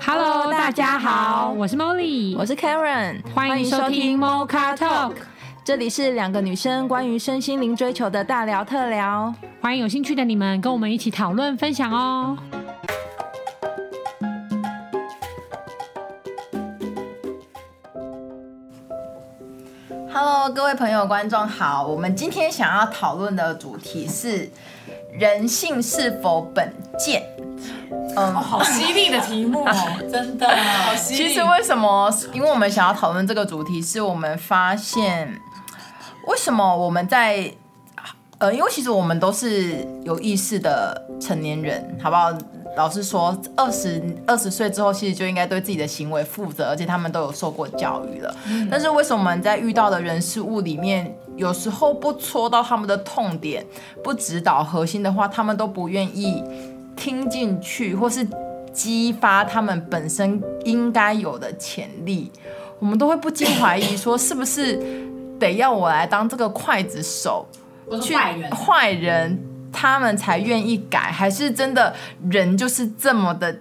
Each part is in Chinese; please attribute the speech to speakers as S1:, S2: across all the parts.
S1: Hello，大家好，我是 Molly，
S2: 我是 Karen，
S1: 欢迎收听 Mocha Talk，
S2: 这里是两个女生关于身心灵追求的大聊特聊。
S1: 欢迎有兴趣的你们跟我们一起讨论分享哦。
S2: Hello，各位朋友、观众好，我们今天想要讨论的主题是人性是否本贱。嗯，
S3: 哦，好犀利的题目哦， 真的，好犀利。
S2: 其实为什么？因为我们想要讨论这个主题，是我们发现为什么我们在呃，因为其实我们都是有意识的成年人，好不好？老实说，二十二十岁之后，其实就应该对自己的行为负责，而且他们都有受过教育了。但是为什么我们在遇到的人事物里面，有时候不戳到他们的痛点，不指导核心的话，他们都不愿意听进去，或是激发他们本身应该有的潜力，我们都会不禁怀疑说，是不是得要我来当这个刽子手？
S3: 我
S2: 去
S3: 是坏人，
S2: 坏人他们才愿意改，还是真的人就是这么的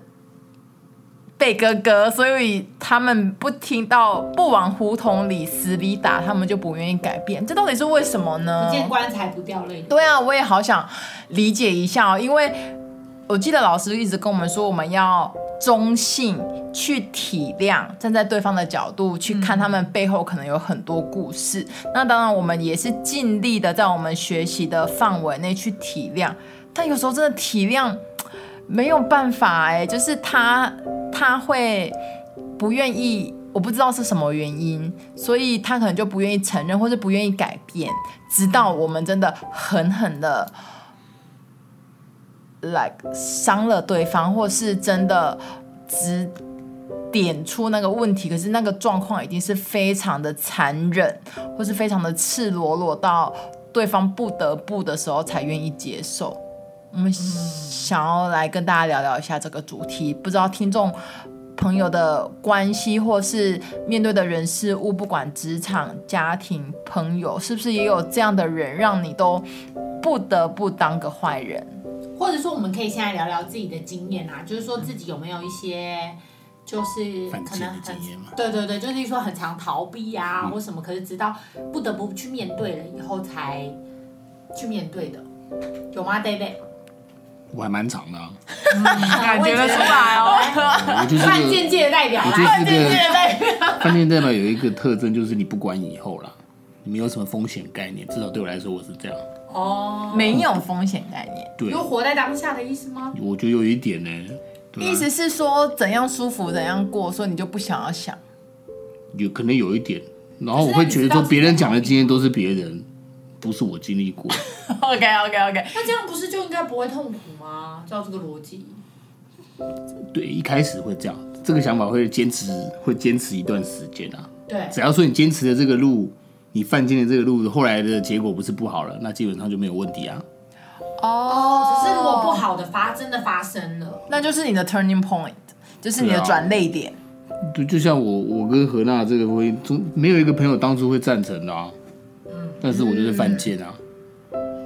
S2: 被哥哥，所以他们不听到不往胡同里死里打，他们就不愿意改变，这到底是为什么呢？
S3: 见棺材不掉泪。
S2: 对啊，我也好想理解一下哦，因为我记得老师一直跟我们说，我们要中性去体谅，站在对方的角度去看他们背后可能有很多故事。那当然，我们也是尽力的在我们学习的范围内去体谅，但有时候真的体谅没有办法哎、就是他他会不愿意。我不知道是什么原因，所以他可能就不愿意承认，或是不愿意改变，直到我们真的狠狠的，like 伤了对方，或是真的指点出那个问题，可是那个状况已经是非常的残忍，或是非常的赤裸裸到对方不得不的时候才愿意接受。我们想要来跟大家聊聊一下这个主题，不知道听众朋友的关系，或是面对的人事物，不管职场、家庭、朋友，是不是也有这样的人，让你都不得不当个坏人？
S3: 或者说，我们可以现在聊聊自己的经验啊，就是说自己有没有一些，就是
S4: 犯
S3: 可
S4: 贱
S3: 能
S4: 的
S3: 很
S4: 经验嘛，嗯
S3: 对对对，就是说很常逃避啊、或什么，可是直到不得不去面对了以后才去面对的，有吗，David？
S4: 我还蛮长的、 啊，
S2: 感觉得出来哦。
S4: 我就是个
S3: 犯贱界的代表啊
S4: 我
S3: 啦，
S4: 就是 个饭店代表有一个特征，就是你不管以后啦，你没有什么风险概念，至少对我来说我是这样。
S3: 哦，
S2: 没有风险概念，
S4: 对，
S3: 有活在当下的意思吗？
S4: 我觉得有一点呢、对啊
S2: 意思是说怎样舒服怎样过，所以你就不想要想。
S4: 有可能有一点，然后我会觉得说别人讲的经验都是别人，不是我经历过，
S2: OK OK OK，
S3: 那这样不是就应该不会痛苦吗？照这个逻辑，
S4: 对，一开始会这样，这个想法会坚持，会坚持一段时间啊。
S3: 对，
S4: 只要说你坚持的这个路，你犯贱的这个路，后来的结果不是不好了，那基本上就没有问题啊。
S2: 哦
S3: 只是如果不，好的发真的发生
S4: 哦
S3: 了，
S2: 那就是你的 turning point，就是你的
S4: 对啊
S2: 转泪点。
S4: 就就像我我跟何娜这个婚姻中，没有一个朋友当初会赞成的啊。但是我就是犯贱啊，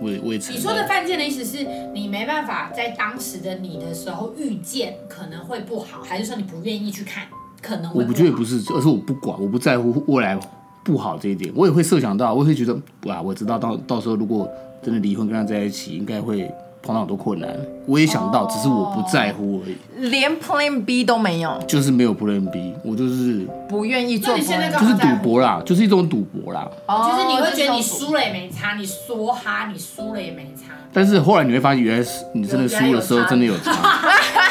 S4: 我也我也承
S3: 你
S4: 认。
S3: 说的犯贱的意思是你没办法在当时的你的时候预见可能会不好，还是说你不愿意去看可能
S4: 我
S3: 会
S4: 不
S3: 不
S4: 觉得
S3: 好？
S4: 不是，而是我不管，我不在乎未来不好这一点，我也会设想到，我也会觉得哇，我知道到到时候如果真的离婚跟他在一起，应该会碰到很多困难。我也想到，只是我不在乎而已，
S2: 连 Plan B 都没有，
S4: 就是没有 Plan B，我就是
S2: 不愿意做 Plan B。
S3: 那你现在干
S4: 就
S3: 嘛
S4: 是赌博啦，就是一种赌博啦。
S2: 哦
S3: 就是你会觉得你
S2: 这是
S3: 输了也没差，你梭哈你输了也没差，
S4: 但是后来你会发现，原来是你真的输的时候真的有差，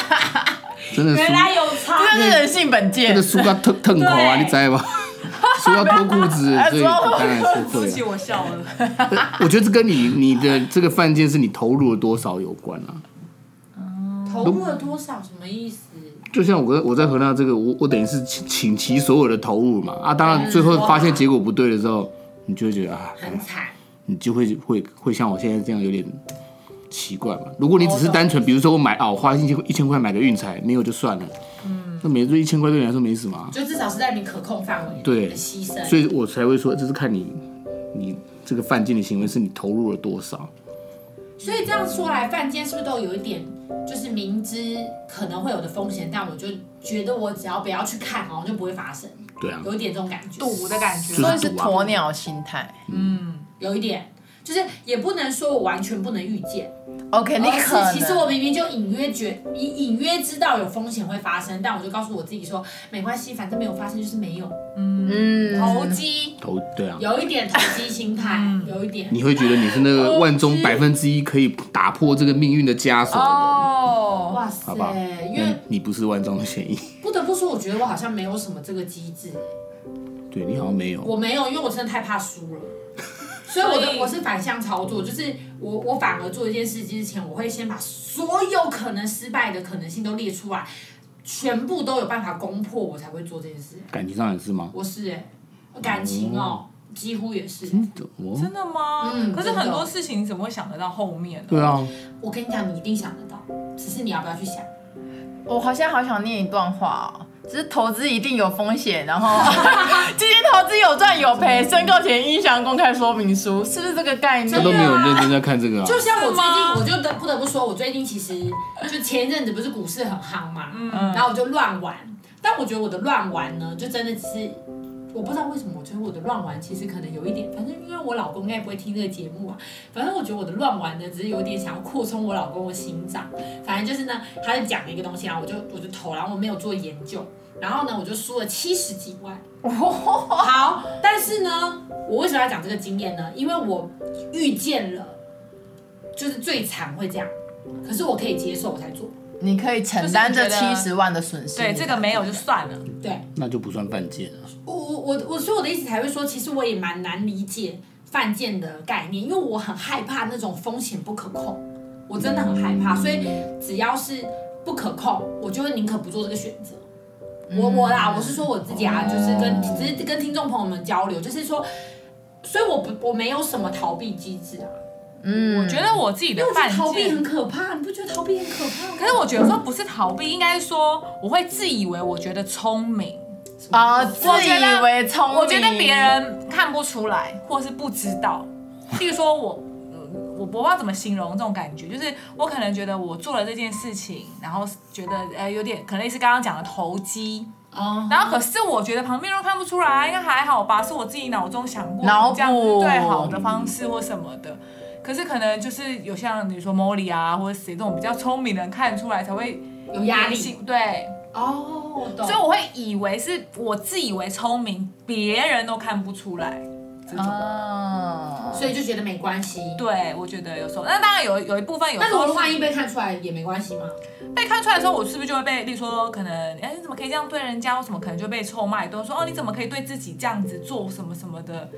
S4: 真的输
S3: 原来有差，
S4: 嗯
S2: 这是人性本
S4: 那
S2: 贱
S4: 个。输到腾腾口啊，
S3: 对
S4: 你知道吗？输到脱裤 子，
S3: 啊
S4: 所以当然是会啊。
S2: 我笑了。
S4: 我觉得这跟你你的这个犯贱是你投入了多少有关啊。
S3: 投入了多少什么意思？
S4: 就像我跟我在河南这个，我我等于是倾倾其所有的投入嘛啊，当然最后发现结果不对的时候，你就会觉得啊，
S3: 很惨，
S4: 你就会会会像我现在这样有点奇怪嘛。如果你只是单纯，比如说我买啊，我花一千一千块买个运彩，没有就算了，嗯，那每这一千块对你来说没什么、啊，
S3: 就至少是在你可控范围内
S4: 对
S3: 的牺牲。
S4: 所以我才会说，这是看你你这个犯贱的行为是你投入了多少。
S3: 所以这样说来，犯贱是不是都有一点，就是明知可能会有的风险，但我就觉得我只要不要去看，好像就不会发生，
S4: 对啊，
S3: 有一点这种感觉，
S5: 赌的感觉
S4: 就。
S2: 所以是
S4: 赌
S2: 鸵
S4: 啊
S2: 鸟心态。
S3: 有一点，就是也不能说我完全不能预见，
S2: 哦，肯定
S3: 而
S2: 可能。
S3: 是其实我明明就隐约觉隐隐约知道有风险会发生，但我就告诉我自己说没关系，反正没有发生就是没有。
S2: 嗯
S5: 投机，
S4: 投对啊，
S3: 有一点投机心态，
S5: 嗯
S3: 有一点。
S4: 你会觉得你是那个万中百分之一可以打破这个命运的枷锁的，
S5: 哦，
S3: 哇塞
S4: 好吧，
S3: 因
S4: 那
S3: 为
S4: 你不是万中的嫌疑，
S3: 不得不说，我觉得我好像没有什么这个机制，
S4: 对你好像没有，
S3: 我没有，因为我真的太怕输 了，所以我
S5: 所以
S3: 的我是反向操作，就是我我反而做一件事之前，我会先把所有可能失败的可能性都列出来，全部都有办法攻破，我才会做这件事。
S4: 感情上也是吗？
S3: 我是哎、感情哦，几乎也是。
S4: 嗯我
S5: 真的吗？
S3: 嗯
S5: 可是
S3: 真的
S5: 很多事情怎么会想得到后面呢？
S4: 对
S3: 哎
S4: 啊，
S3: 我跟你讲，你一定想得到，只是你要不要去想。
S2: 我好像好想念一段话哦，只是投资一定有风险，然后 基金投资有赚有赔，申购前应详公开说明书，是不是这个概
S4: 他都
S2: 念？
S4: 没有认真在看这个啊，
S3: 就像我最
S5: 吗
S3: 近，我就得不得不说，我最近其实就前一阵子不是股市很夯嘛，
S5: 嗯
S3: 然后我就乱玩，但我觉得我的乱玩呢，就真的是。我不知道为什么，我觉得我的乱玩其实可能有一点，反正因为我老公应该不会听这个节目啊。反正我觉得我的乱玩呢，只是有点想要扩充我老公的心脏。反正就是呢，他就讲了一个东西，然后我就我就投，然后我没有做研究，然后呢我就输了七十几万。好，但是呢，我为什么要讲这个经验呢？因为我遇见了，就是最惨会这样，可是我可以接受，我才做。
S2: 你可以承担这
S5: 就是你
S2: 七
S5: 觉
S2: 十万的损失。
S5: 对，这个没有就算了。
S3: 对
S4: 那就不算犯贱啊，
S3: 我我我我所以我的意思才会说，其实我也蛮难理解犯贱的概念，因为我很害怕那种风险不可控，我真的很害怕，所以只要是不可控，我就会宁可不做这个选择。
S5: 嗯
S3: 我我啦，我是说我自己啊，就是跟只是跟听众朋友们交流，就是说，所以我不我没有什么逃避机制啊，
S5: 我觉得我自己
S3: 因
S5: 的
S3: 为我觉
S5: 犯
S3: 得逃避
S5: 贱
S3: 很可怕，你不觉得逃避很可怕吗？
S5: 可是我觉得说不是逃避，应该是说我会自以为我觉得聪明，
S2: 啊，自以为聪明，
S5: 我觉得别人看不出来或是不知 道。譬如说我，嗯我我不知道怎么形容这种感觉，就是我可能觉得我做了这件事情，然后觉得呃有点可能类似刚刚讲的投机，
S3: 哦
S5: 然后可是我觉得旁边人看不出来，应该还好吧，是我自己脑中想过
S2: 脑补
S5: 这样是最好的方式或什么的。可是可能就是有像比如说 Molly 啊，或者谁这种比较聪明的人看出来才会
S3: 有压力
S5: 信，对，
S3: 哦，我懂
S5: 所以我会以为是我自以为聪明，别人都看不出来这种。
S2: 啊，
S3: 所以就觉得没关系。
S5: 对，我觉得有时候，那当然有有一部分有
S3: 但
S5: 时
S3: 是我
S5: 候
S3: 万一被看出来也没关系吗？
S5: 被看出来的时候，我是不是就会被，例如说可能，哎，你怎么可以这样对人家？我什么可能就被臭骂一顿，说哦，你怎么可以对自己这样子做什么什么的，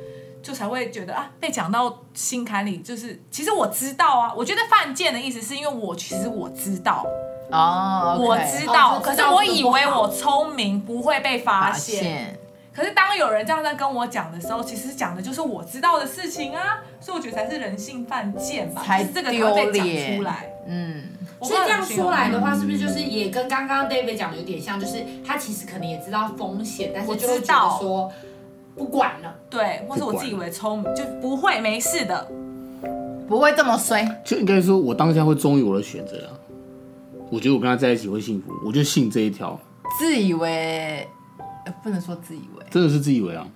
S5: 就才会觉得啊，被讲到心坎里。就是其实我知道啊，我觉得犯贱的意思是因为我其实我知道，
S2: 哦，
S5: 我知
S3: 哦
S5: 道，
S3: 就
S5: 可
S3: 知
S5: 是
S3: 道
S5: 我
S3: 这个
S5: 以
S3: 不
S5: 为
S3: 好
S5: 我聪明不会被发
S2: 发
S5: 现。
S2: 现
S5: 可是当有人这样在跟我讲的时候，其实讲的就是我知道的事情啊，所以我觉得才是人性犯贱吧，
S2: 才
S5: 就是这个才会被
S2: 丢脸
S5: 讲出来。
S2: 嗯，
S5: 我
S3: 所以这样
S5: 不知道
S3: 说来的话，是不是就是也跟刚刚 David 讲的有点像？就是他其实可能也知道风险，但是
S5: 我
S3: 就会
S5: 知
S3: 觉
S5: 道
S3: 得说不管了。
S5: 对，或是我自以为聪明，就不会没事的。
S2: 不会这么衰。
S4: 就应该说，我当下会忠于我的选择啊，我觉得我跟他在一起会幸福，我就信这一条，
S2: 自以为，呃不能说自以为，
S4: 真的是自以为啊，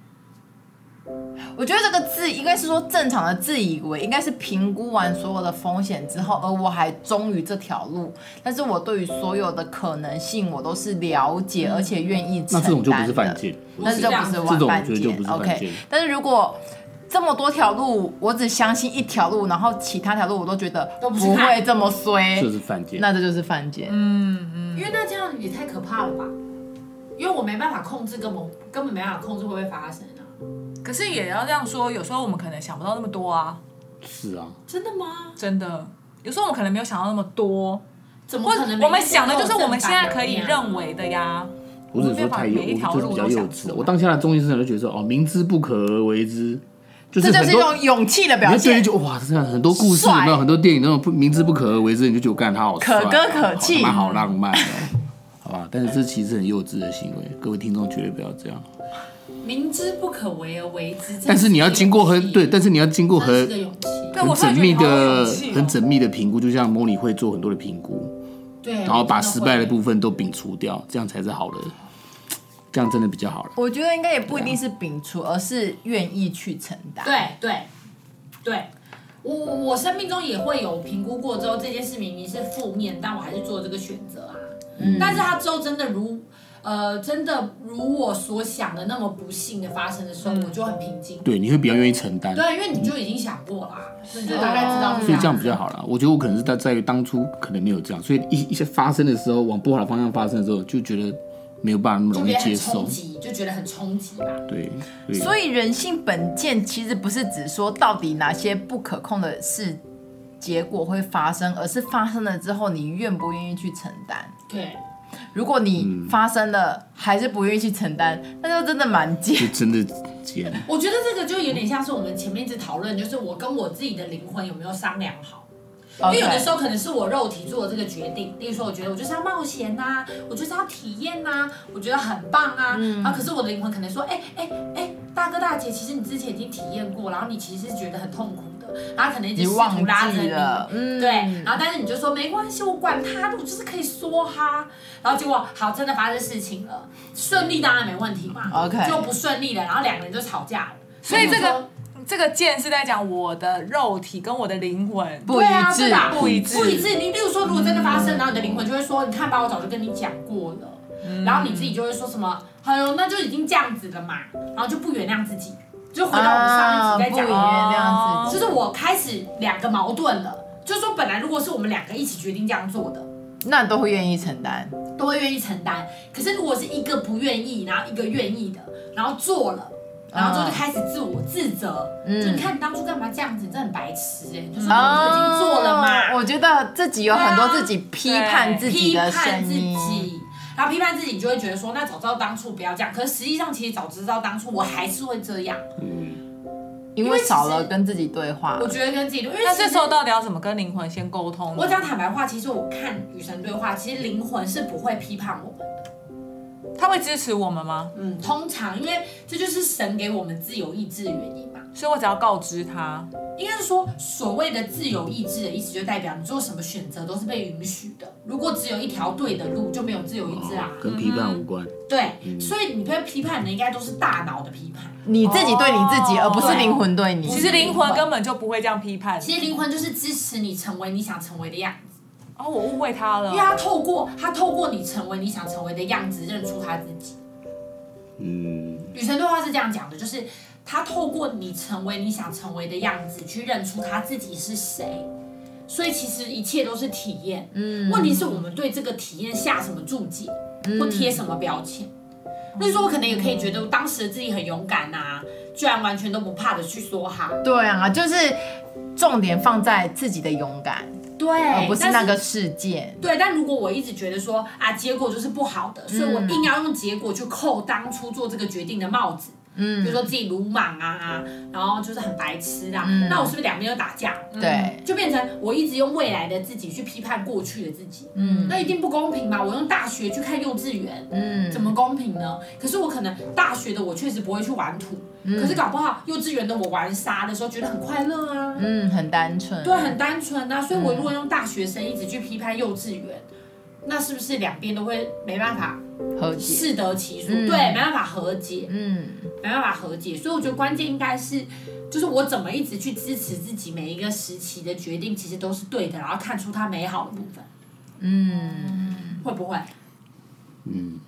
S2: 我觉得这个自应该是说正常的自以为，应该是评估完所有的风险之后，而呃我还忠于这条路，但是我对于所有的可能性，我都是了解，而且愿意承
S4: 嗯那
S2: 担的。
S4: 这种就不是犯贱，
S2: 那
S4: 我
S2: 这
S4: 觉
S2: 就
S4: 得
S2: 不是
S4: 这
S2: 玩
S4: 种
S2: 犯
S4: 我觉得就
S2: 贱
S4: 不是犯
S2: ，OK
S4: 贱。
S2: 但是如果这么多条路，我只相信一条路，然后其他条路我都觉得
S3: 都不去
S2: 不
S3: 看
S2: 会这么衰
S4: 这，是嗯犯贱。
S2: 那这就是犯贱。
S3: 因为那这样也太可怕了吧？因为我没办法控制，根本根本没办法控制会不会发生啊！
S5: 可是也要这样说，有时候我们可能想不到那么多啊，
S4: 是啊，
S3: 真的吗？
S5: 真的。有时候我们可能没有想到那么多，
S3: 怎么
S5: 或
S3: 可能每一
S5: 我们
S3: 天
S5: 想的
S3: 都
S5: 就是
S3: 有
S5: 我们现
S3: 正
S5: 在
S3: 反
S5: 可以
S3: 两面啊
S5: 认为的呀。
S4: 我只是说太幼，
S5: 我没办法
S4: 我就是比较幼
S5: 每一条路都想
S4: 稚
S5: 出
S4: 啊。
S5: 来
S4: 我当下的中心思想就觉得说，哦，明知不可而为之，就是
S2: 这就
S4: 很
S2: 是
S4: 多
S2: 用勇气的
S4: 你
S2: 表
S4: 就对
S2: 现
S4: 就。哇，这样很多故事
S2: 帅
S4: 有没有？很多电影那种不明知不可而为之，你就觉得我干他好帅啊
S2: 可歌可泣
S4: 好他妈好浪漫哦，好吧？但是这其实很幼稚的行为，各位听众绝对不要这样。
S3: 明知不可为而为之，
S4: 但是你要经过很对，但是你要经过
S3: 这是
S4: 很
S3: 个勇气，
S5: 对
S4: 很
S5: 我突然
S4: 缜
S5: 觉
S4: 密
S5: 得你好有
S4: 的
S5: 勇气、哦，
S4: 很缜密的评估，就像 Moni 会做很多的评估，
S3: 对，
S4: 然后把失败的部
S3: 分，
S4: 分都摒除掉，这样才是好的，这样真的比较好了。
S2: 我觉得应该也不一定是摒除，而是愿意去承担。，
S3: 对对对，我我我生命中也会有评估过之后，这件事明明是负面，但我还是做这个选择啊。但是它之后真的如呃真的如我所想的那么不幸的发生的时候，我就很平静。
S4: 对，你会比较愿意承担，
S3: 对，因啊为你就已经想过啦，所以你就大概知道是啊
S4: 所以这样比
S3: 子
S4: 较好了。我觉得我可能是在在于当初可能没有这样，所以一一些发生的时候，往不好的方向发生的时候，就觉得没有办法那么
S3: 就
S4: 容易
S3: 觉得
S4: 接
S3: 很冲
S4: 受。
S3: 击，就觉得很冲击吧。
S4: 对，
S2: 所以人性本贱其实不是只说到底哪些不可控的事结果会发生，而是发生了之后你愿不愿意去承担。
S3: 对，
S2: 如果你发生了还是不愿意去承担，那就真的蛮
S4: 就
S2: 贱。
S4: 真的结了。
S3: 我觉得这个就有点像是我们前面一直讨论，就是我跟我自己的灵魂有没有商量好。 因为有 的时候可能是我肉体做的这个决定，例如说我觉得我就是要冒险呐、我就是要体验呐、我觉得很棒啊，
S2: 嗯
S3: 啊，可是我的灵魂可能说，哎哎哎，大哥大姐，其实你之前已经体验过，然后你其实是觉得很痛苦的，然后可能一直
S2: 你
S3: 试
S2: 忘
S3: 图拉着
S2: 记
S3: 你，
S2: 了，嗯，
S3: 对，然后但是你就说没关系，我管他的，我就是可以说哈。然后结果好，真的发生事情了，顺利当然没问题嘛
S2: OK
S3: 就不顺利了，然后两个人就吵架了。
S5: 所以这
S3: 我
S5: 个
S3: 说
S5: 这个剑是在讲我的肉体跟我的灵魂
S2: 不
S3: 对啊
S2: 一致嗯
S3: 对吧
S5: 不一致
S3: 不一致。你例如说，如果真的发生，然后你的灵魂就会说，你看吧，我早就跟你讲过了。
S2: 嗯
S3: 然后你自己就会说什么，哎呦，那就已经这样子了嘛，然后就不原谅自己，就回到我们上一集在
S2: 啊不原
S3: 讲的。哦
S2: 谅自己，
S3: 就是我开始两个矛盾了，就是说本来如果是我们两个一起决定这样做的，
S2: 那都会愿意承担。
S3: 都会愿意承担。可是如果是一个不愿意，然后一个愿意的，然后做了。然后就
S2: 嗯
S3: 就开始自我自责，
S2: 嗯
S3: 就你看你当初干嘛这样子，你真的很白痴哎、就是你都已
S2: 啊，
S3: 经做了嘛，啊
S2: 我觉得自己有很多自己批判自己
S3: 批
S2: 的
S3: 判
S2: 声
S3: 自
S2: 音，
S3: 己，然后批判自己，你就会觉得说，那早知道当初不要这样。可是实际上，其实早知道当初我还是会这样。
S2: 因为少了跟自己对话
S3: 我。觉得跟自己对，因为
S5: 那
S3: 其
S5: 这
S3: 实
S5: 时候到底要怎么跟灵魂先沟通呢？
S3: 我讲坦白话，其实我看与神对话，其实灵魂是不会批判我们的。
S5: 他会支持我们吗？
S3: 嗯，通常因为这就是神给我们自由意志的原因嘛。
S5: 所以我只要告知他，
S3: 应该是说，所谓的自由意志的意思，就代表你做什么选择都是被允许的。如果只有一条对的路，就没有自由意志啊。
S4: 哦跟批判无关。
S3: 对，所以你被批判的应该都是大脑的批判。
S2: 你自己对你自己，
S5: 哦
S2: 而不是灵魂对你。
S5: 其实灵魂根本就不会这样批判。
S3: 其实灵魂就是支持你成为你想成为的样子，
S5: 哦，我误会他了
S3: 因为。他透过他透过你成为你想成为的样子，认出他自己。
S4: 嗯，
S3: 女神对话是这样讲的，就是他透过你成为你想成为的样子，去认出他自己是谁。所以其实一切都是体验，嗯，问题是我们对这个体验下什么注解，或贴什么标签。那时候我可能也可以觉得当时的自己很勇敢呐、居然完全都不怕的去说哈，
S2: 对啊，就是重点放在自己的勇敢，
S3: 对，
S2: 而不是
S3: 但
S2: 那个事件。
S3: 对，哎但如果我一直觉得说啊，结果就是不好的，所以我硬要用结果去扣当初做这个决定的帽子，嗯，比如说自己鲁莽啊，然后就是很白痴啊，那我是不是两边都打架？
S2: 对，
S3: 就变成我一直用未来的自己去批判过去的自己，嗯，那一定不公平嘛！我用大学去看幼稚园，嗯，怎么公平呢？可是我可能大学的我确实不会去玩土，可是搞不好幼稚园的我玩沙的时候觉得很快乐啊，
S2: 嗯，很单纯。
S3: 对，很单纯啊。所以我
S2: 嗯
S3: 如果用大学生一直去批判幼稚园，那是不是两边都会没办法
S2: 和解。
S3: 适得其所？
S2: 嗯
S3: 对，没办法和解，
S2: 嗯，
S3: 没办法和解。所以我觉得关键应该是，就是我怎么一直去支持自己每一个时期的决定，其实都是对的，然后看出它美好的部分。嗯，会不会？
S4: 嗯。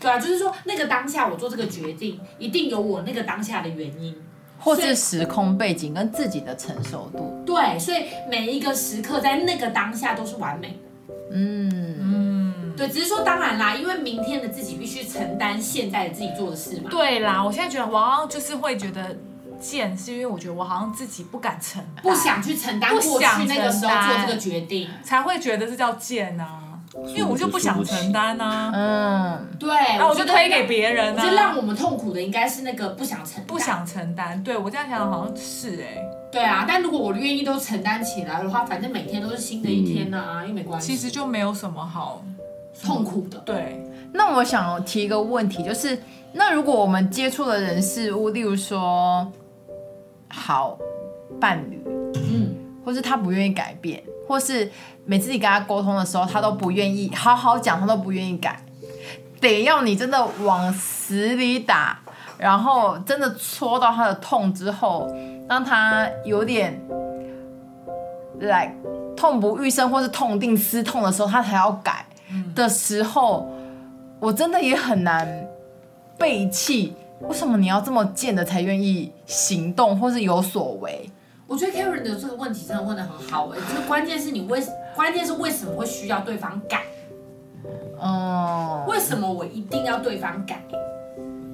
S3: 对啊，就是说那个当下我做这个决定，一定有我那个当下的原因。
S2: 或
S3: 所
S2: 是
S3: 以
S2: 时空背景跟自己的承受度。
S3: 对，所以每一个时刻在那个当下都是完美的。嗯嗯，对，只是说当然啦，因为明天的自己必须承担现在的自己做的事嘛。
S5: 对啊啦，我现在觉得我好像就是会觉得贱，是因为我觉得我好像自己不敢承担，
S3: 不想去承担过去那个时候做这个决定，
S5: 才会觉得这叫贱啊，因为我就不想承担啊，
S2: 嗯，
S3: 对，
S5: 那我
S3: 觉
S5: 就
S3: 得
S5: 推给别人
S3: 我觉得让
S5: 啊。
S3: 我们痛苦的应该是那个不想承担，
S5: 不想承担，对我这样想好像是哎、
S3: 对啊。但如果我愿意都承担起来的话，反正每天都是新的一天呐、啊，又没关系。
S5: 嗯其实就没有什么好
S3: 痛苦的，
S5: 对，
S2: 那我想提一个问题，就是那如果我们接触的人事物，例如说，好伴侣，或是他不愿意改变，或是每次你跟他沟通的时候，他都不愿意好好讲，他都不愿意改，得要你真的往死里打，然后真的戳到他的痛之后，让他有点来痛不欲生，或是痛定思痛的时候，他才要改的时候，我真的也很难背弃。为什么你要这么贱的才愿意行动，或是有所为？
S3: 我觉得 Karen 的这个问题真的问的很好哎、就是关键是你为，关键是为什么会需要对方改？
S2: 嗯，
S3: 为什么我一定要对方改？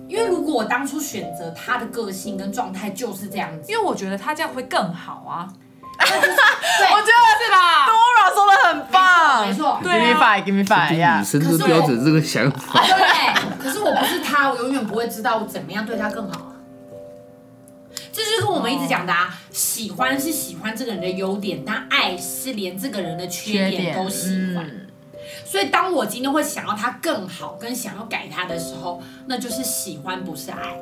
S3: 因为如果我当初选择他的个性跟状态就是这样子，
S5: 因为我觉得他这样会更好啊，
S2: 我觉得
S5: 是吧？
S2: Dora 说的很棒，
S3: 没错没错
S5: 对
S2: g i v e me
S5: 啊
S2: five，give me five 呀
S4: 女。生都标准这个想法，
S3: 对，可是我不是他，我永远不会知道我怎么样对他更好啊。这就是跟我们一直讲的啊，喜欢是喜欢这个人的优点，但爱是连这个人的缺点都喜欢。
S2: 嗯
S3: 所以当我今天会想要他更好，跟想要改他的时候，那就是喜欢，不是爱。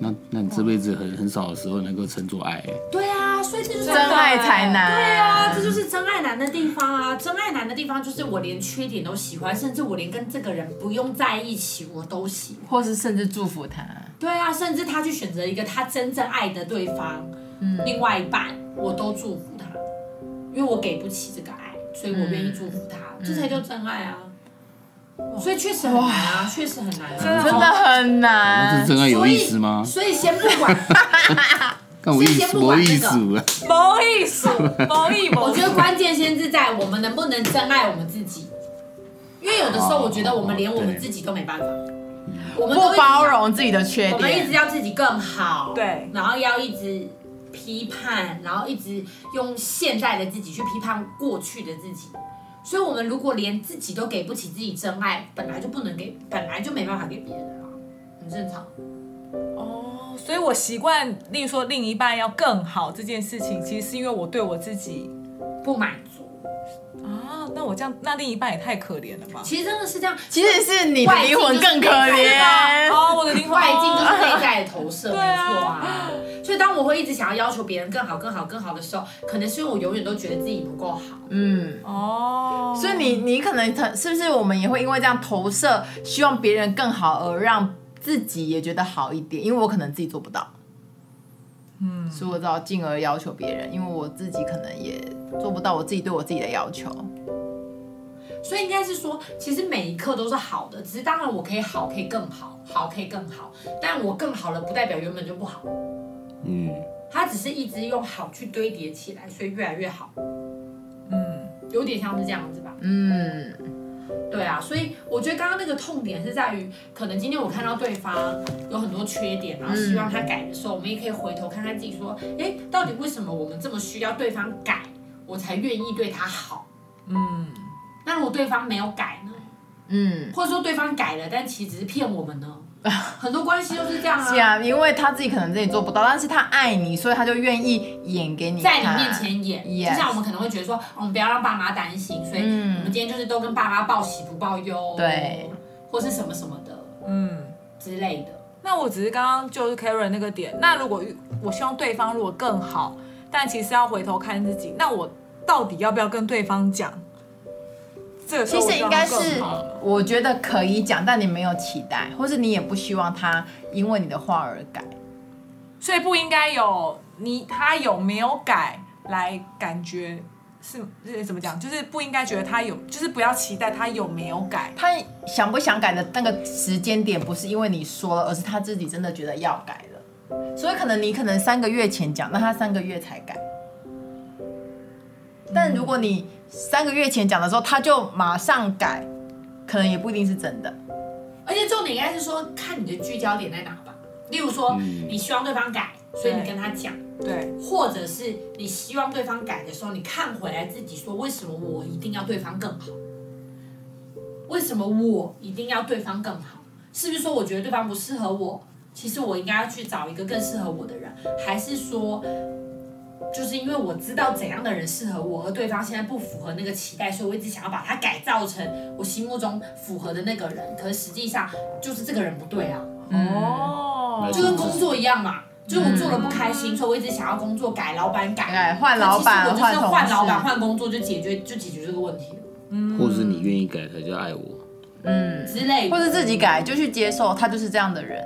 S4: 那那你这辈子很很少的时候能够称作爱、
S3: 对啊，所以这就是
S2: 真爱才难。
S3: 对啊，这就是真爱难的地方啊！真爱难的地方就是我连缺点都喜欢，甚至我连跟这个人不用在一起我都喜欢。
S2: 或是甚至祝福他。
S3: 对啊，甚至他去选择一个他真正爱的对方，
S4: 嗯
S3: 另外一半，我都祝福他，因为我给不起这个爱，所以我愿意祝福他，这才叫真爱啊！
S4: 嗯
S3: 所以确实很难啊，确实很难啊，
S5: 真的
S2: 真的很
S4: 那这
S2: 难。
S4: 真爱有
S3: 所以
S4: 意思吗？
S3: 所以先不管，
S4: 但我意
S3: 先
S4: 思，
S3: 不
S4: 我
S3: 管
S4: 意
S3: 那个
S4: 思啊，
S5: 某意思，某意某
S3: 我觉得关键先是在我们能不能真爱我们自己，因为有的时候我觉得我们连我们自己都没办法，我们都
S2: 嗯不
S3: 一直
S2: 包，容自己的缺
S3: 我们一直
S2: 点，
S3: 要自己更好，
S5: 对
S3: 然后要一直批判，然后一直用现在的自己去批判过去的自己。所以，我们如果连自己都给不起自己真爱，本来就不能给，本来就没办法给别人啊，很正常。
S5: 哦，所以我习惯，例如说另一半要更好这件事情，其实是因为我对我自己
S3: 不满足，
S5: 啊，那我这样，那另一半也太可怜了 吧？
S3: 其实真的是这样，
S2: 其实是你的灵魂更可怜。
S5: 哦，我的灵魂
S3: 外境
S2: 啊
S3: 就是内在的投射，没
S5: 对
S3: 错
S5: 啊
S3: 啊。所以当我会一直想要要求别人更好、更好、更好的时候，可能是因为我永远都觉得自己不够好。
S2: 嗯，
S5: 哦，
S2: 所以你你可能他是不是我们也会因为这样投射，希望别人更好，而让自己也觉得好一点？因为我可能自己做不到，嗯，所以我只好进而要求别人，因为我自己可能也做不到我自己对我自己的要求。
S3: 所以应该是说，其实每一刻都是好的，只是当然我可以好，可以更好，好可以更好，但我更好了不代表原本就不好，
S4: 嗯，
S3: 它只是一直用好去堆叠起来，所以越来越好。嗯，有点像是这样子吧。
S2: 嗯，
S3: 对啊，所以我觉得刚刚那个痛点是在于，可能今天我看到对方有很多缺点，然后希望他改的时候，我们也可以回头看看自己，说，哎，到底为什么我们这么需要对方改，我才愿意对他好？嗯，那如果对方没有改呢？
S2: 嗯，
S3: 或者说对方改了，但其实只是骗我们呢？ 很多关系都 是这样
S2: 是
S3: 啊，
S2: 啊，因为他自己可能自己做不到，但是他爱你，所以他就愿意演给你看
S3: 在你面前演
S2: Yes
S3: 就像我们可能会觉得说，哦我们不要让爸妈担心，所以
S2: 嗯
S3: 我们今天就是都跟爸妈报喜不报忧，
S2: 对，
S3: 或是什么什么的
S5: 嗯。
S3: 之类的。
S5: 那我只是刚刚就是 Karen 那个点，那如果我希望对方如果更好，但其实要回头看自己，那我到底要不要跟对方讲？这个时
S2: 其
S5: 候
S2: 实应该
S5: 我希望
S2: 是
S5: 更好，
S2: 我觉得可以讲，但你没有期待，或是你也不希望他因为你的话而改。
S5: 所以不应该有你他有没有改来感觉是是怎么讲？就是不应该觉得他有，就是不要期待他有没有改。
S2: 他想不想改的那个时间点，不是因为你说了，而是他自己真的觉得要改了。所以可能你可能三个月前讲，那他三个月才改。但如果你三个月前讲的时候，他就马上改，可能也不一定是真的。
S3: 而且重点应该是说，看你的聚焦点在哪吧。例如说，你希望对方改，所以你跟他讲；
S5: 对，
S3: 或者是你希望对方改的时候，你看回来自己说，为什么我一定要对方更好？为什么我一定要对方更好？是不是说我觉得对方不适合我，其实我应该要去找一个更适合我的人？还是说，就是因为我知道怎样的人适合我，而对方现在不符合那个期待，所以我一直想要把他改造成我心目中符合的那个人。可是实际上就是这个人不对啊，
S5: 哦
S4: 嗯
S3: 就跟工作一样嘛。
S2: 嗯
S3: 就是我做了不开心，所以我一直想要工作改，老板改，
S2: 改换老板
S3: 可其实我就是换老
S2: 换
S3: 板
S2: 同事
S3: 换工作就解决就解决这个问题了
S4: 或者是你愿意改，他就爱我。
S2: 嗯
S3: 之类
S2: 或
S3: 的，
S2: 是自己改，就去接受他就是这样的人。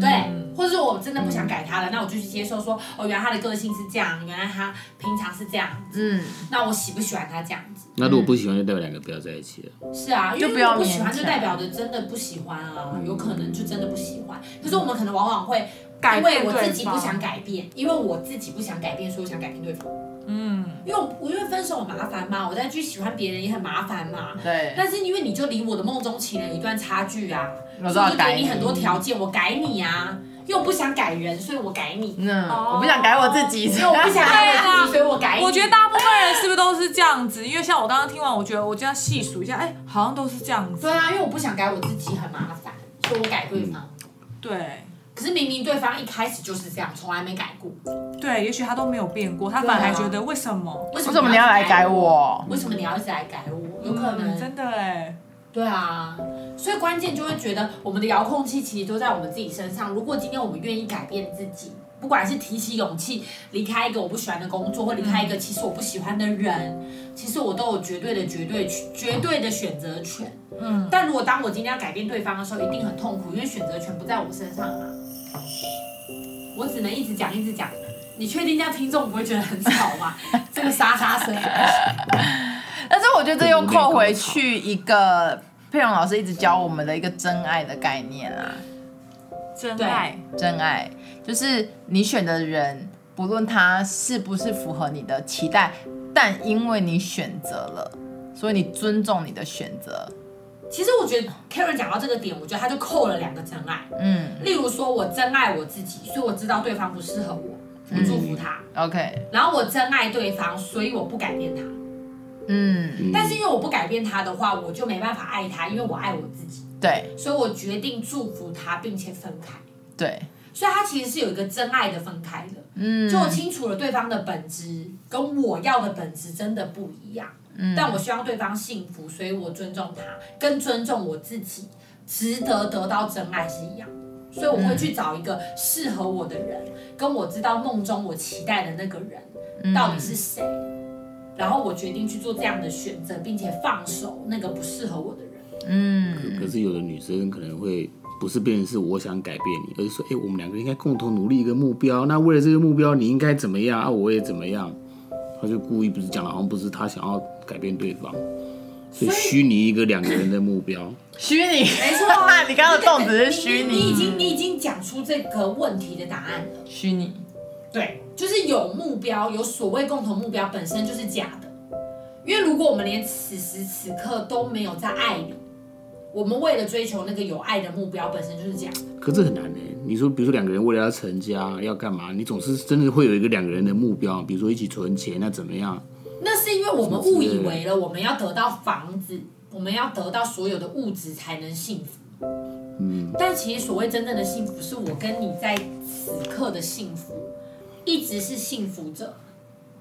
S3: 对，
S2: 嗯
S3: 或是我真的不想改他了，那我就去接受说，哦，原来他的个性是这样，原来他平常是这样子，
S2: 嗯，
S3: 那我喜不喜欢他这样子？
S4: 那如果不喜欢，就代表两个不要在一起了。
S3: 是啊，因
S2: 就不
S3: 为
S2: 要
S3: 我不喜欢
S2: 勉
S3: 就
S2: 强嗯
S3: 代表着真的不喜欢啊，有可能就真的不喜欢。可是我们可能往往会
S5: 改
S3: 因为
S5: 变
S3: 我
S5: 对
S3: 自己不
S5: 方
S3: 想改变，因为我自己不想改变，所以我想改变对方。嗯，因为我我因为分手很麻烦嘛，我再去喜欢别人也很麻烦嘛。
S2: 对，
S3: 但是因为你就离我的梦中情人有一段差距啊，所
S2: 我
S3: 以
S2: 知道
S3: 我就
S2: 改
S3: 给
S2: 你
S3: 你很多条件，我改你啊，因为我不想改人，所以我改 你，因
S2: 嗯，我不想改我自己，
S3: 为我不想
S2: 哦
S3: 改
S2: 啊
S3: 我自己，所以我改你。
S5: 哎我觉得大部分人是不是都是这样子？因为像我刚刚听完，我觉得我这样细数一下，哎、好像都是这样子。
S3: 对啊，因为我不想改我自己很麻烦，所以我改对
S2: 嗯
S3: 方。
S5: 对
S3: 可是明明对方一开始就是这样，从来没改过，
S5: 对，也许他都没有变过，他反而还觉得为什么？
S3: 为什
S2: 为什么你要来改？我？
S3: 为什么你要一直来改我？有可
S5: 嗯
S3: 能，
S5: 真的哎、
S3: 对啊，所以关键就会觉得我们的遥控器其实都在我们自己身上。如果今天我们愿意改变自己，不管是提起勇气离开一个我不喜欢的工作，或离开一个其实我不喜欢的人，其实我都有绝对的、绝对、绝对的选择权。嗯，但如果当我今天要改变对方的时候，一定很痛苦，因为选择权不在我身上啊。我只能一直讲，一直讲。你确定这样听众不会觉得很吵吗？这个沙沙声。
S2: 但是我觉得这又扣回去一个佩蓉老师一直教我们的一个真爱的概念啊，
S5: 真
S3: 对
S5: 爱。
S2: 真爱就是你选的人，不论他是不是符合你的期待，但因为你选择了，所以你尊重你的选择。
S3: 其实我觉得 Karen 讲到这个点，我觉得他就扣了两个真爱。
S2: 嗯
S3: 例如说，我真爱我自己，所以我知道对方不适合我，我祝福他。
S2: ，OK，
S3: 然后我真爱对方，所以我不改变他。
S2: 嗯，
S3: 但是因为我不改变他的话，我就没办法爱他，因为我爱我自己，
S2: 对
S3: 所以我决定祝福他，并且分开。
S2: 对，
S3: 所以他其实是有一个真爱的分开的，
S2: 嗯，
S3: 就我清楚了对方的本质跟我要的本质真的不一样。
S2: 嗯
S3: 但我希望对方幸福，所以我尊重他，跟尊重我自己，值得得到真爱是一样的。所以我会去找一个适合我的人，跟我知道梦中我期待的那个
S2: 嗯
S3: 人到底是谁，然后我决定去做这样的选择，并且放手那个不适合我 的人。
S4: 嗯可是有的女生可能会不是变成是我想改变你，而是说，哎、我们两个应该共同努力一个目标。那为了这个目标，你应该怎么样啊？我也怎么样。她就故意不是讲的，好像不是她想要改变对方，所以虚拟一个两个人的目标。
S2: 虚拟，
S3: 没错
S2: 你刚刚的动词是虚
S3: 你你已
S2: 拟，
S3: 经你已经讲出这个问题的答案了。
S2: 虚拟，
S3: 对，就是有目标，有所谓共同目标，本身就是假的。因为如果我们连此时此刻都没有在爱里，我们为了追求那个有爱的目标，本身就是假的。
S4: 可是很难呢、你说，比如说两个人为了要成家要干嘛，你总是真的会有一个两个人的目标，比如说一起存钱，那怎么样？
S3: 那是因为我们误以为了我们要得到房子，我们要得到所有的物质才能幸福。嗯，但其实所谓真正的幸福，是我跟你在此刻的幸福，一直是幸福着，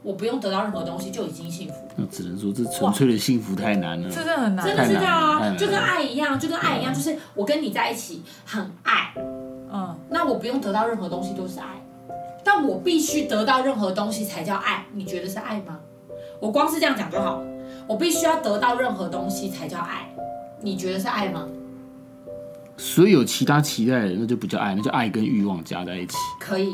S3: 我不用得到任何东西就已经幸福了。
S4: 那只能说这纯粹的幸福太难了。
S5: 这真的很
S3: 真
S5: 难，
S3: 的是这样
S4: 太难
S3: 啊，
S4: 了
S3: 就跟爱一样，就跟爱一样，就是我跟你在一起很爱，
S5: 嗯，
S3: 那我不用得到任何东西都是爱，但我必须得到任何东西才叫爱，你觉得是爱吗？我光是这样讲就好了，我必须要得到任何东西才叫爱，你觉得是爱吗？
S4: 所以有其他期待的人，那就不叫爱，那叫爱跟欲望加在一起。
S3: 可以，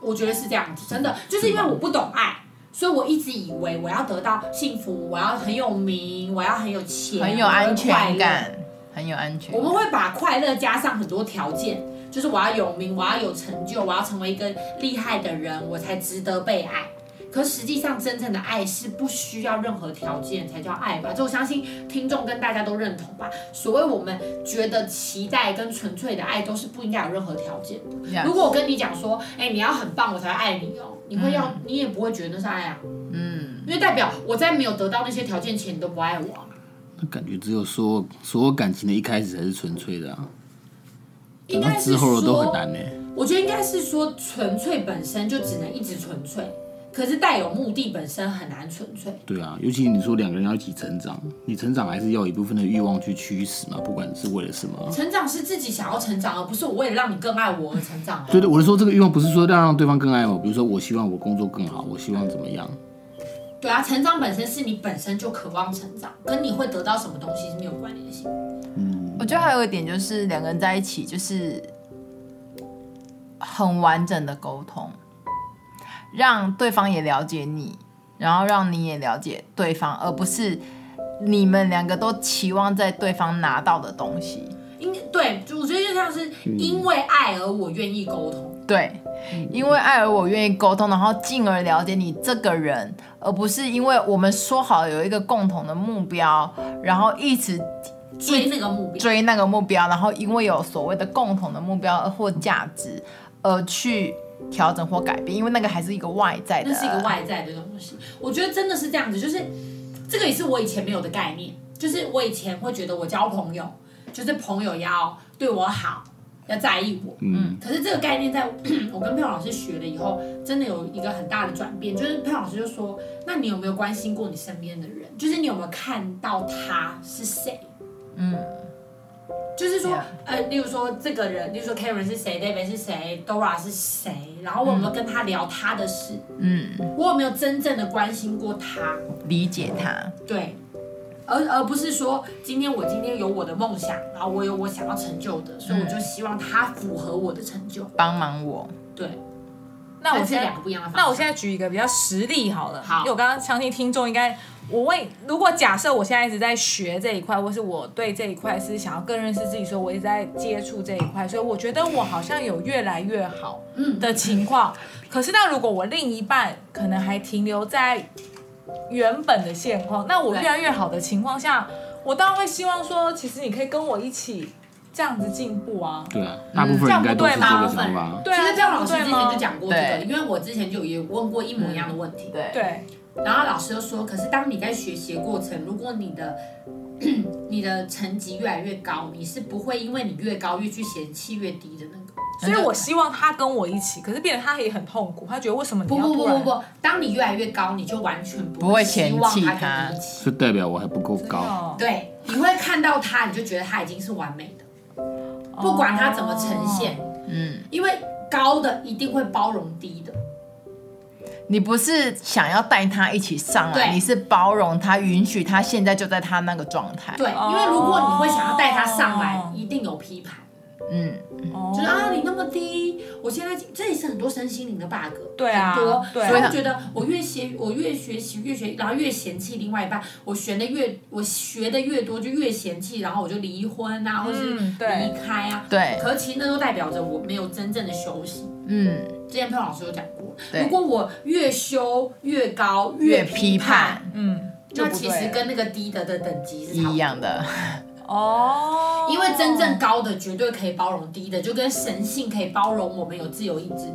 S3: 我觉得是这样子，真的，就是因为我不懂爱，所以我一直以为我要得到幸福，我要很有名，我要很有钱，
S2: 很有
S3: 我要
S2: 安
S3: 快
S2: 全
S3: 乐
S2: 感，很有安全
S3: 我
S2: 感，
S3: 们会把快乐加上很多条件，就是我要有名，我要有成就，我要成为一个厉害的人，我才值得被爱。可实际上，真正的爱是不需要任何条件才叫爱吧？这我相信听众跟大家都认同吧。所谓我们觉得期待跟纯粹的爱都是不应该有任何条件的。
S2: Yeah
S3: 如果我跟你讲说，哎、你要很棒我才会爱你哦，你会要、
S4: 嗯
S3: 你也不会觉得那是爱啊，嗯，因为代表我在没有得到那些条件前，你都不爱我啊。
S4: 那感觉只有说所有感情的一开始才是纯粹的啊，
S3: 应
S4: 等
S3: 该
S4: 到
S3: 是
S4: 之后的都很
S3: 说。
S4: 难呢、
S3: 我觉得应该是说，纯粹本身就只能一直纯粹，可是带有目的本身很难纯粹。
S4: 对啊，尤其你说两个人要一起成长，你成长还是要有一部分的欲望去驱使嘛，不管是为了什么。
S3: 成长是自己想要成长，而不是我为了让你更爱我而成长。
S4: 对对，我是说这个欲望不是说要让对方更爱我，比如说我希望我工作更好，我希望怎么样，
S3: 对啊，成长本身是你本身就渴望成长，跟你会得到什么东西是没有关联性。
S2: 我觉得还有一点就是两个人在一起就是很完整的沟通，让对方也了解你，然后让你也了解对方，而不是你们两个都期望在对方拿到的东西。
S3: 应该对，就我觉得就像是因为爱而我愿意沟通，
S2: 对，因为爱而我愿意沟通，然后进而了解你这个人，而不是因为我们说好有一个共同的目标，然后一直
S3: 追那个目标。
S2: 追那个目标，然后因为有所谓的共同的目标或价值而去调整或改变，因为那个还是一个外在的，
S3: 那是一个外在的东西。我觉得真的是这样子，就是这个也是我以前没有的概念，就是我以前会觉得我交朋友，就是朋友要对我好，要在意我。
S4: 嗯，
S3: 可是这个概念在 我跟佩蓉老师学了以后，真的有一个很大的转变，就是佩蓉老师就说，那你有没有关心过你身边的人？就是你有没有看到他是谁？
S2: 嗯，
S3: 就是说
S2: Yeah.
S3: 呃，例如说这个人，例如说 Karen 是谁，David 是谁，Dora 是谁，然后我有没有跟他聊他的事？
S2: 嗯，
S3: 我有没有真正的关心过他？
S2: 理解他，
S3: 对，而而不是说今天我今天有我的梦想，然后我有我想要成就的，所以我就希望他符合我的成就。
S2: 帮忙我，
S3: 对，
S5: 那我
S3: 这是
S5: 现在
S3: 两个不一样的方向。
S5: 那我现在举一个比较实例好了，
S3: 好
S5: 因为我刚刚相信听众应该，我为如果假设我现在一直在学这一块，或是我对这一块是想要更认识自己，所以我一直在接触这一块，所以我觉得我好像有越来越好
S3: 嗯
S5: 的情况。可是那如果我另一半可能还停留在原本的现况，那我
S3: 对
S5: 越来越好的情况下，我当然会希望说，其实你可以跟我一起这样子进步啊。
S4: 对啊，
S3: 嗯
S4: 大部分人应该都是这个想法。
S5: 对啊，
S3: 其实廖老师
S5: 对
S3: 之前
S5: 吗
S3: 就讲过这个，
S2: 对
S3: 因为我之前就也问过一模一样的问题。
S2: 对，
S5: 对，
S3: 然后老师就说，可是当你在学习的过程，如果你的 你的成绩越来越高，你是不会因为你越高越去嫌弃越低的那个。
S5: 所以我希望他跟我一起，可是变得他也很痛苦，他觉得为什么你
S3: 不
S5: 要
S3: 不不不
S5: 然
S3: 不，当你越来越高，你就完全
S2: 不会
S3: 希望
S2: 嫌弃
S3: 他
S2: 他
S3: 跟你一起。
S4: 就代表我还不够高，
S5: 哦
S3: 对，你会看到他，你就觉得他已经是完美的，不管他怎么呈现，
S5: 哦
S2: 嗯，
S3: 因为高的一定会包容低的。
S2: 你不是想要带他一起上来，
S3: 对
S2: 你是包容他，允许他现在就在他那个状态，
S3: 对，
S5: 哦
S3: 因为如果你会想要带他上来
S5: 哦，
S3: 一定有批判，
S2: 嗯，
S5: 哦
S3: 就是啊，你那么低，我现在这也是很多身心灵的 bug，
S5: 对啊
S3: 很多，
S5: 对啊
S3: 所以我觉得我越学，我越学习越学，然后越嫌弃另外一半，我学的越我学的越多就越嫌弃，然后我就离婚啊，或是
S5: 嗯对
S3: 离开啊，
S2: 对，
S3: 可其实那都代表着我没有真正的休息。
S2: 嗯，
S3: 之前佩蓉老师有讲过，
S2: 对
S3: 如果我越修越高
S2: 越
S3: 批
S2: 批
S3: 判
S2: 判，
S5: 嗯，就
S3: 那
S5: 不
S3: 其
S5: 对
S3: 实
S5: 了
S3: 跟那个低的的等级是差不多
S2: 一样的，
S5: 哦，
S3: 因为真正高的绝对可以包容低的，就跟神性可以包容我们有自由意志。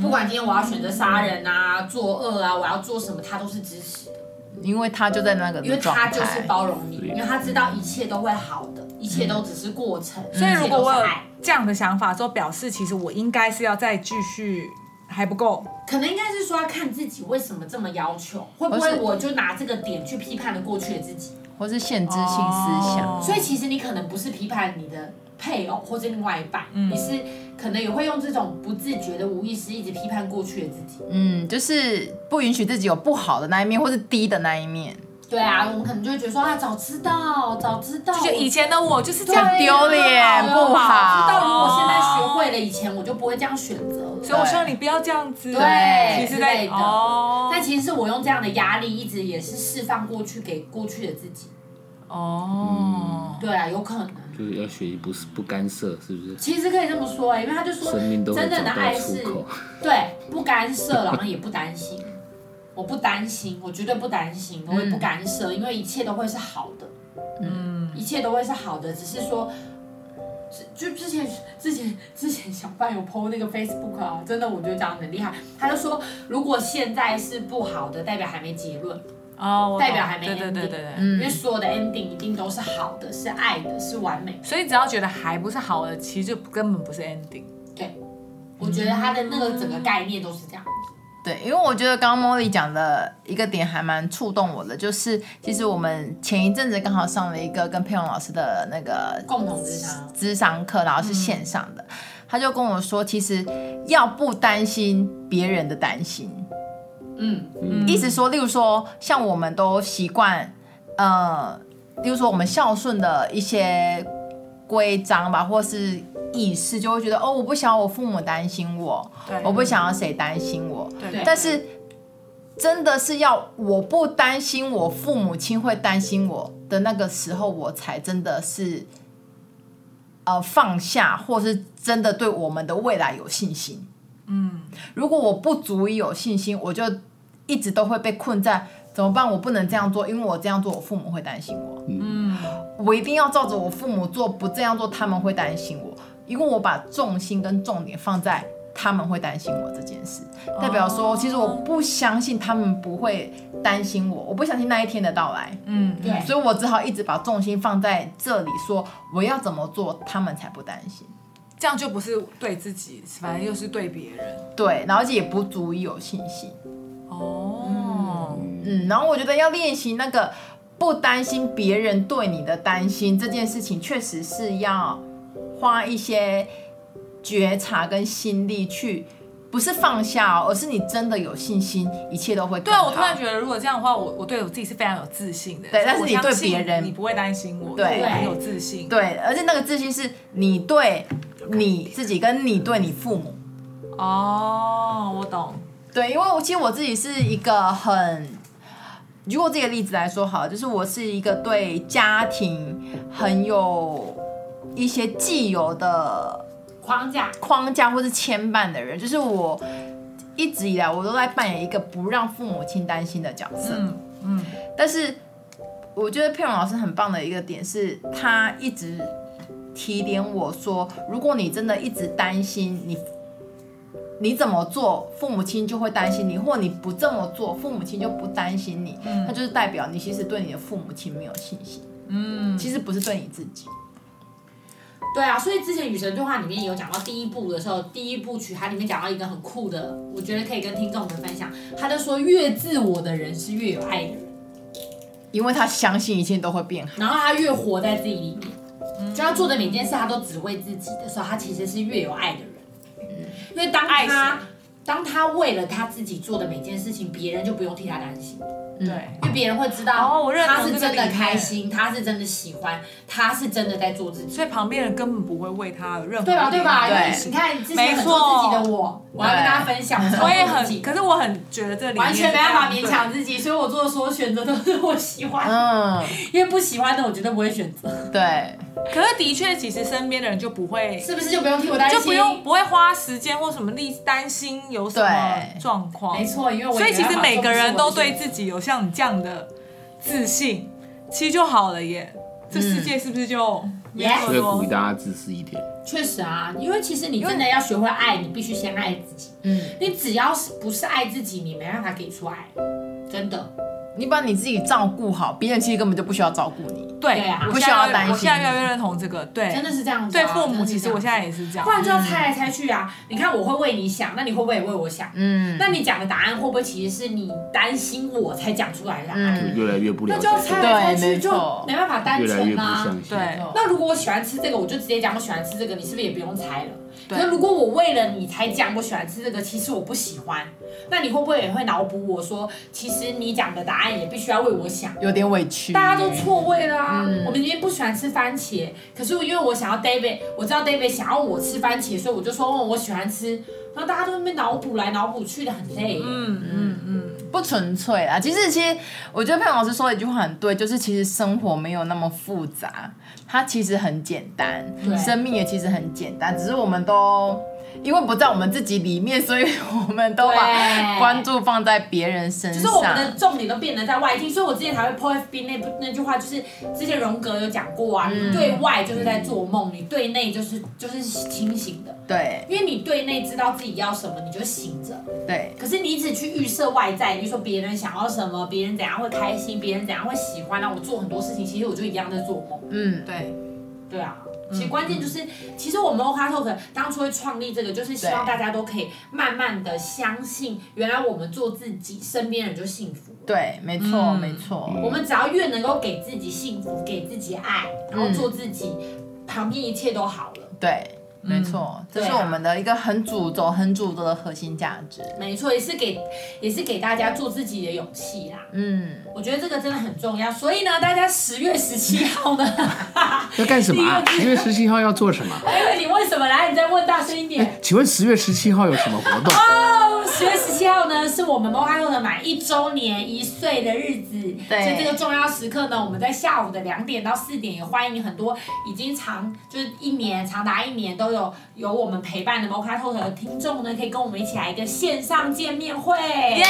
S3: 不管今天我要选择杀人啊、作恶啊，我要做什么，他都是支持的，
S2: 因为他就在那个
S3: 因为
S2: 状
S3: 他
S2: 态，
S3: 就是包容你，
S4: 对
S3: 因为他知道一切都会好的，一切都只是过程。
S5: 所以
S3: 一
S5: 如
S3: 切
S5: 果
S3: 都
S5: 我
S3: 是
S5: 有
S3: 爱，
S5: 这样的想法之后，表示其实我应该是要再继续，还不够，
S3: 可能应该是说要看自己为什么这么要求，会不
S2: 而
S3: 会
S2: 是
S3: 我就拿这个点去批判了过去的自己？
S2: 或是限制性思想，
S5: 哦
S3: 所以其实你可能不是批判你的配偶或者另外一半，
S5: 嗯
S3: 你是可能也会用这种不自觉的无意识一直批判过去的自己。
S2: 嗯，就是不允许自己有不好的那一面，或是低的那一面，
S3: 对啊，我们可能就会觉得说啊，早知道，早知道，
S5: 就以前的我就是这
S3: 对啊
S5: 样
S2: 很丢脸不
S3: 知道
S2: 好。
S3: 如果现在学会了，以前我就不会这样选择了。
S5: 哦所以我希望你不要这样子，
S3: 对
S5: 其实
S3: 之
S5: 在
S3: 类的
S5: 哦，
S3: 但其实是我用这样的压力，一直也是释放过去给过去的自己。
S5: 哦，
S3: 对啊，有可能。
S4: 就是要学习不是不干涉，是不是？
S3: 其实可以这么说、欸，因为他就说，
S4: 生命都会
S3: 真
S4: 找
S3: 正的
S4: 到
S3: 爱是
S4: 出口。
S3: 对，不干涉，然后也不担心。我不担心，我绝对不担心，我也不干涉，因为一切都会是好的。嗯，一切都会是好的，只是说，就就之前之前之前小范有 PO 那个 Facebook 啊，真的我觉得讲得很厉害。他就说，如果现在是不好的，代表还没结论，
S5: 哦，我懂
S3: 代表还没
S5: 对对对
S3: ending
S5: 对对。
S3: 因为所有的 ending 一定都是好的，是爱的，是完美的。
S5: 所以只要觉得还不是好的，其实就根本不是 ending。
S3: 对，我觉得他的那个整个概念都是这样。
S2: 对，因为我觉得刚刚 Molly 讲的一个点还蛮触动我的，就是其实我们前一阵子刚好上了一个跟佩蓉老师的那个
S3: 共同之他。
S2: 智商课，然后是线上的，他就跟我说，其实要不担心别人的担心，
S3: 嗯，
S2: 意思说，例如说，像我们都习惯，呃，例如说我们孝顺的一些规章吧，或是意识，就会觉得哦，我不想我父母担心我，
S5: 对
S2: 我不想要谁担心我，
S5: 对
S2: 但是真的是要我不担心我父母亲会担心我的那个时候，我才真的是呃放下，或是真的对我们的未来有信心。嗯，如果我不足以有信心，我就一直都会被困在怎么办？我不能这样做，因为我这样做，我父母会担心我。嗯，我一定要照着我父母做，不这样做他们会担心我，因为我把重心跟重点放在他们会担心我这件事，代表说，其实我不相信他们不会担心我，我不相信那一天的到来，
S5: 嗯，
S3: 对，
S2: 所以我只好一直把重心放在这里，说我要怎么做，他们才不担心。
S5: 这样就不是对自己，反正又是对别人。
S2: 对，然后而且也不足以有信心。
S5: 哦，
S2: 嗯，然后我觉得要练习那个不担心别人对你的担心这件事情，确实是要花一些觉察跟心力去，不是放下、哦，而是你真的有信心，一切都会
S5: 对
S2: 更
S5: 啊，
S2: 好。
S5: 我突然觉得，如果这样的话，我我对我自己是非常有自信的。
S2: 对但是
S5: 我
S2: 你对
S5: 相信
S2: 别人
S5: 你不会担心我，
S2: 对
S5: 因为我很有自信。
S2: 对，而且那个自信是你对你自己跟你对你父母。
S5: 哦，我懂。
S2: 对，因为我其实我自己是一个很，如果这个例子来说好了，就是我是一个对家庭很有一些既有的
S3: 框架
S2: 框架或是牵绊的人，就是我一直以来我都在扮演一个不让父母亲担心的角色。
S5: 嗯嗯，
S2: 但是我觉得佩蓉老师很棒的一个点是，他一直提点我说，如果你真的一直担心你。你怎么做，父母亲就会担心你；或你不这么做，父母亲就不担心你。
S3: 嗯
S2: 那就是代表你其实对你的父母亲没有信心。嗯，其实不是对你自己。
S3: 对啊，所以之前《与神对话》里面有讲到第一部的时候，第一部曲它里面讲到一个很酷的，我觉得可以跟听众们分享。他就说，越自我的人是越有爱的人，
S2: 因为他相信一切都会变好。
S3: 然后他越活在自己里面，
S5: 嗯
S3: 就他做的每件事他都只为自己的时候，他其实是越有爱的人。因为当
S5: 嗯爱
S3: 他
S5: 是
S3: 当他为了他自己做的每件事情，别人就不用替他担心，
S2: 嗯
S5: 对，
S3: 因为别人会知道，
S5: 哦我认同
S3: 他是
S5: 这个
S3: 真的
S5: 理念
S3: 开心，他是真的喜欢，他是真的在做自己。
S5: 所以旁边人根本不会为他有任何
S3: 对啊吧？对吧？因
S5: 对，
S3: 为你看之前很做自己的我，我要跟大家分享，我
S5: 我也
S3: 超做自己
S5: 很，可是我很觉得这里
S3: 完全没办法勉强自己，所以我做的所有选择都是我喜欢，
S2: 嗯，
S3: 因为不喜欢的我绝对不会选择，
S2: 对，
S5: 可是的确，其实身边的人就不会，
S3: 是不是就不用替我担心？
S5: 就不用不会花时间或什么力担心有什么
S2: 对
S5: 状况。
S3: 没，错，因为我
S5: 所以
S3: 也没
S5: 其
S3: 办
S5: 实
S3: 法
S5: 每个人
S3: 做
S5: 都
S3: 不
S5: 对
S3: 是我的选
S5: 自己有像你这样的自信，其实就好了耶。这世界是不是就没
S3: 嗯
S5: 有
S3: Yes
S5: 那
S4: 所以
S5: 么
S4: 鼓励
S5: 多？
S4: 大家自私一点。
S3: 择，确实啊，因为其实你真的要学会爱，你必须先爱自己，嗯，你只要是不是爱自己，你没办法给出爱，真的，
S2: 你把你自己照顾好，别人其实根本就不需要照顾你。
S5: 对
S3: 对啊，
S5: 我
S2: 不
S5: 现
S2: 需要
S5: 在越
S2: 担心
S5: 我现在越来越认同这个，对，
S3: 真的是这样子啊、
S5: 对父母，
S3: 真的是
S5: 其实
S3: 这样
S5: 我现在也是这样
S3: 不。然就要猜来猜去啊！你看我会为你想，那你会不会也为我想？嗯，那你讲的答案会不会其实是你担心我才讲出来的答案？
S2: 嗯
S4: 越来越不了
S3: 那
S4: 解
S3: 就要，猜啊来猜
S2: 对
S3: 去，
S2: 没
S3: 就
S2: 错
S3: 没办法单
S4: 越来越
S3: 纯
S4: 不
S3: 啦、
S4: 相信。
S5: 对，
S3: 那如果我喜欢吃这个，我就直接讲我喜欢吃这个，你是不是也不用猜了？
S5: 对
S3: 可是如果我为了你才讲我喜欢吃这个，其实我不喜欢，那你会不会也会脑补我说，其实你讲的答案也必须要为我想？
S2: 有点委屈。
S3: 大家都错位啊啦、
S2: 嗯
S3: 我们因为不喜欢吃番茄，可是因为我想要 David，我知道 David 想要我吃番茄，所以我就说哦，我喜欢吃。然后大家都在那边脑补来脑补去的，很累。嗯，
S2: 不纯粹啦。其实，其实我觉得佩蓉老师说的一句话很对，就是其实生活没有那么复杂，它其实很简单
S3: 对，
S2: 生命也其实很简单，只是我们都因为不在我们自己里面，所以 我们都把
S3: 对
S2: 关注放在别人身
S3: 就是我
S2: 上。
S3: 们的重点都变得在外境，所以我之前才会 po FB 那部那句话，就是之前荣格有讲过啊，
S2: 嗯
S3: 你对外就是在做梦，你对内就是就是清醒的，
S2: 对
S3: 因为你对内知道自己要什么，你就醒着。
S2: 对
S3: 可是你一直去预设外在，你说别人想要什么，别人怎样会开心，别人怎样会喜欢，让我做很多事情，其实我就一样在做梦。
S2: 嗯，
S5: 对，
S3: 对啊，其实关键就是，其实我们 OK Talk 当初会创立这个，就是希望
S2: 对
S3: 大家都可以慢慢的相信，原来我们做自己，身边人就幸福了。
S2: 对，没错，
S5: 嗯
S2: 没错，
S3: 我们只要越能够给自己幸福，给自己爱，然后做自己，旁边一切都好了。
S2: 对，没错，这
S3: 对
S2: 是
S3: 啊
S2: 我们的一个很主轴、很主轴的核心价值。
S3: 没错，也是给也是给大家做自己的勇气啦。
S2: 嗯，
S3: 我觉得这个真的很重要，所以呢，大家十月十七号呢，
S4: 要干什么、 啊？十月 十七号要做什么？哎
S3: 哎呦，你问什么？来，你再问大声一点。
S4: 请问十月十七号有什么活动？
S3: 十月十七号呢，是我们 m o h a o 的满一周年一岁的日子，
S2: 对
S3: 所以这个重要时刻呢，我们在下午的两点到四点，也欢迎很多已经长就是一年长达一年都有有我们陪伴的 m o h a o 的听众呢，可以跟我们一起来一个线上见面会。
S5: 耶！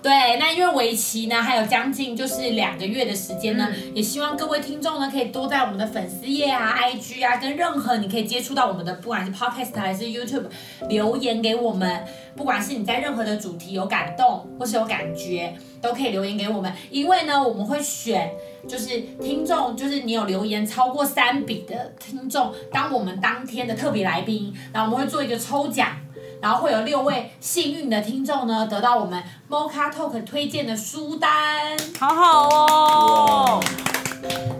S3: 对，那因为为期呢还有将近就是两个月的时间呢，也希望各位听众呢可以多在我们的粉丝页啊、IG 啊，跟任何你可以接触到我们的，不管是 Podcast 还是 YouTube，留言给我们。不管是你在任何的主题有感动或是有感觉，都可以留言给我们，因为呢我们会选。就是听众，就是你有留言超过三笔的听众，当我们当天的特别来宾，然后我们会做一个抽奖，然后会有六位幸运的听众呢，得到我们 Mocha Talk 推荐的书单。
S5: 好好哦，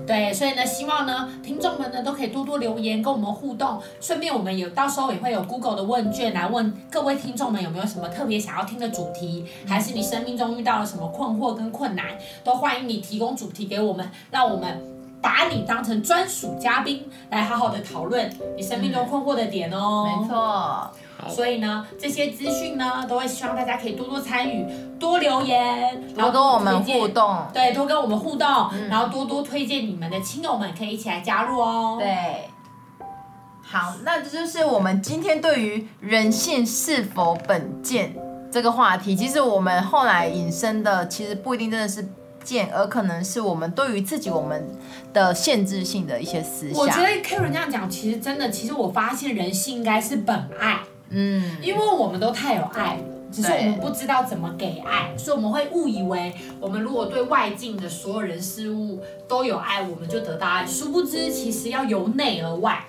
S3: 对，所以呢，希望呢，听众们呢都可以多多留言跟我们互动，顺便我们有到时候也会有 Google 的问卷来问各位听众们有没有什么特别想要听的主题，还是你生命中遇到了什么困惑跟困难，都欢迎你提供主题给我们，让我们。把你当成专属嘉宾来好好的讨论你生命中困惑的点哦。
S2: 没错，
S3: 所以呢，这些资讯呢，都会希望大家可以多多参与，多留言，然
S2: 多
S3: 后
S2: 跟我们
S3: 推荐
S2: 互。动。嗯
S3: 对，多跟我们互动，然后多多推荐你们的亲友们可以一起来加入哦。，
S2: 对，好，那这就是我们今天对于人性是否本贱这个话题。其实我们后来引申的，其实不一定真的是贱，而可能是我们对于自己我们的限制性的一些思想。
S3: 我觉得 Karen 这样讲，其实真的，其实我发现人性应该是本爱，
S2: 嗯，
S3: 因为我们都太有爱了。只是我
S2: 对
S3: 们不知道怎么给爱，所以我们会误以为我们如果对外境的所有人事物都有爱，我们就得到爱。殊不知，其实要由内而外。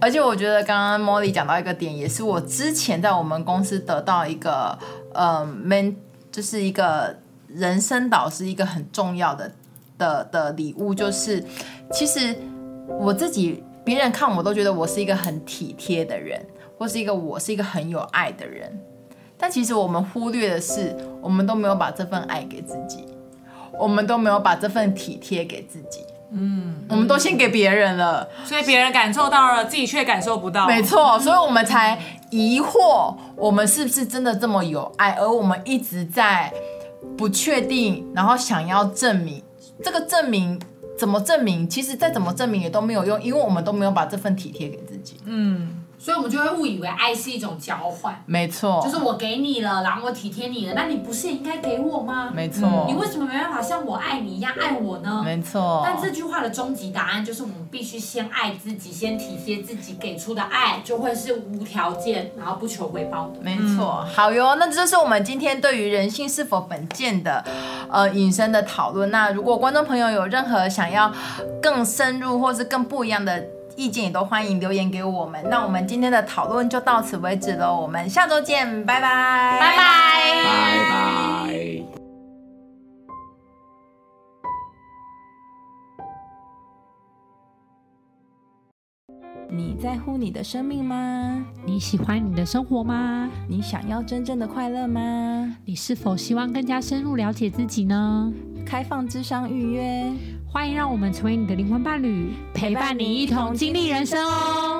S2: 而且我觉得刚刚 Molly 讲到一个点，也是我之前在我们公司得到一个呃 man，就是一个人生导师一个很重要的的的礼物，就是其实我自己别人看我都觉得我是一个很体贴的人，或是一个我是一个很有爱的人，但其实我们忽略的是，我们都没有把这份爱给自己，我们都没有把这份体贴给自己，嗯，我们都先给别人了。
S5: 所以别人感受到了，自己却感受
S3: 哦
S5: 不到。
S2: 没错，所以我们才疑惑，我们是不是真的这么有爱，而我们一直在不确定，然后想要证明这个证明怎么证明，其实再怎么证明也都没有用，因为我们都没有把这份体贴给自己。
S3: 嗯所以我们就会误以为爱是一种交换，
S2: 没错，
S3: 就是我给你了，然后我体贴你了，那你不是也应该给我吗？
S2: 没错，
S3: 你为什么没办法像我爱你一样爱我呢？
S2: 没错，
S3: 但这句话的终极答案就是，我们必须先爱自己，先体贴自己，给出的爱就会是无条件，然后不求回报的。
S2: 没错，好哟，那这就是我们今天对于人性是否本贱的，呃，引申的讨论。那如果观众朋友有任何想要更深入或是更不一样的意见，也都欢迎留言给我们。那我们今天的讨论就到此为止喽，我们下周见，拜拜，
S3: 拜拜。
S4: 拜拜。
S6: 你在乎你的生命吗？
S1: 你喜欢你的生活吗？
S6: 你想要真正的快乐吗？
S1: 你是否希望更加深入了解自己呢？
S6: 开放智商预约，
S1: 欢迎让我们成为你的灵魂伴侣，陪伴你一同经历人生哦。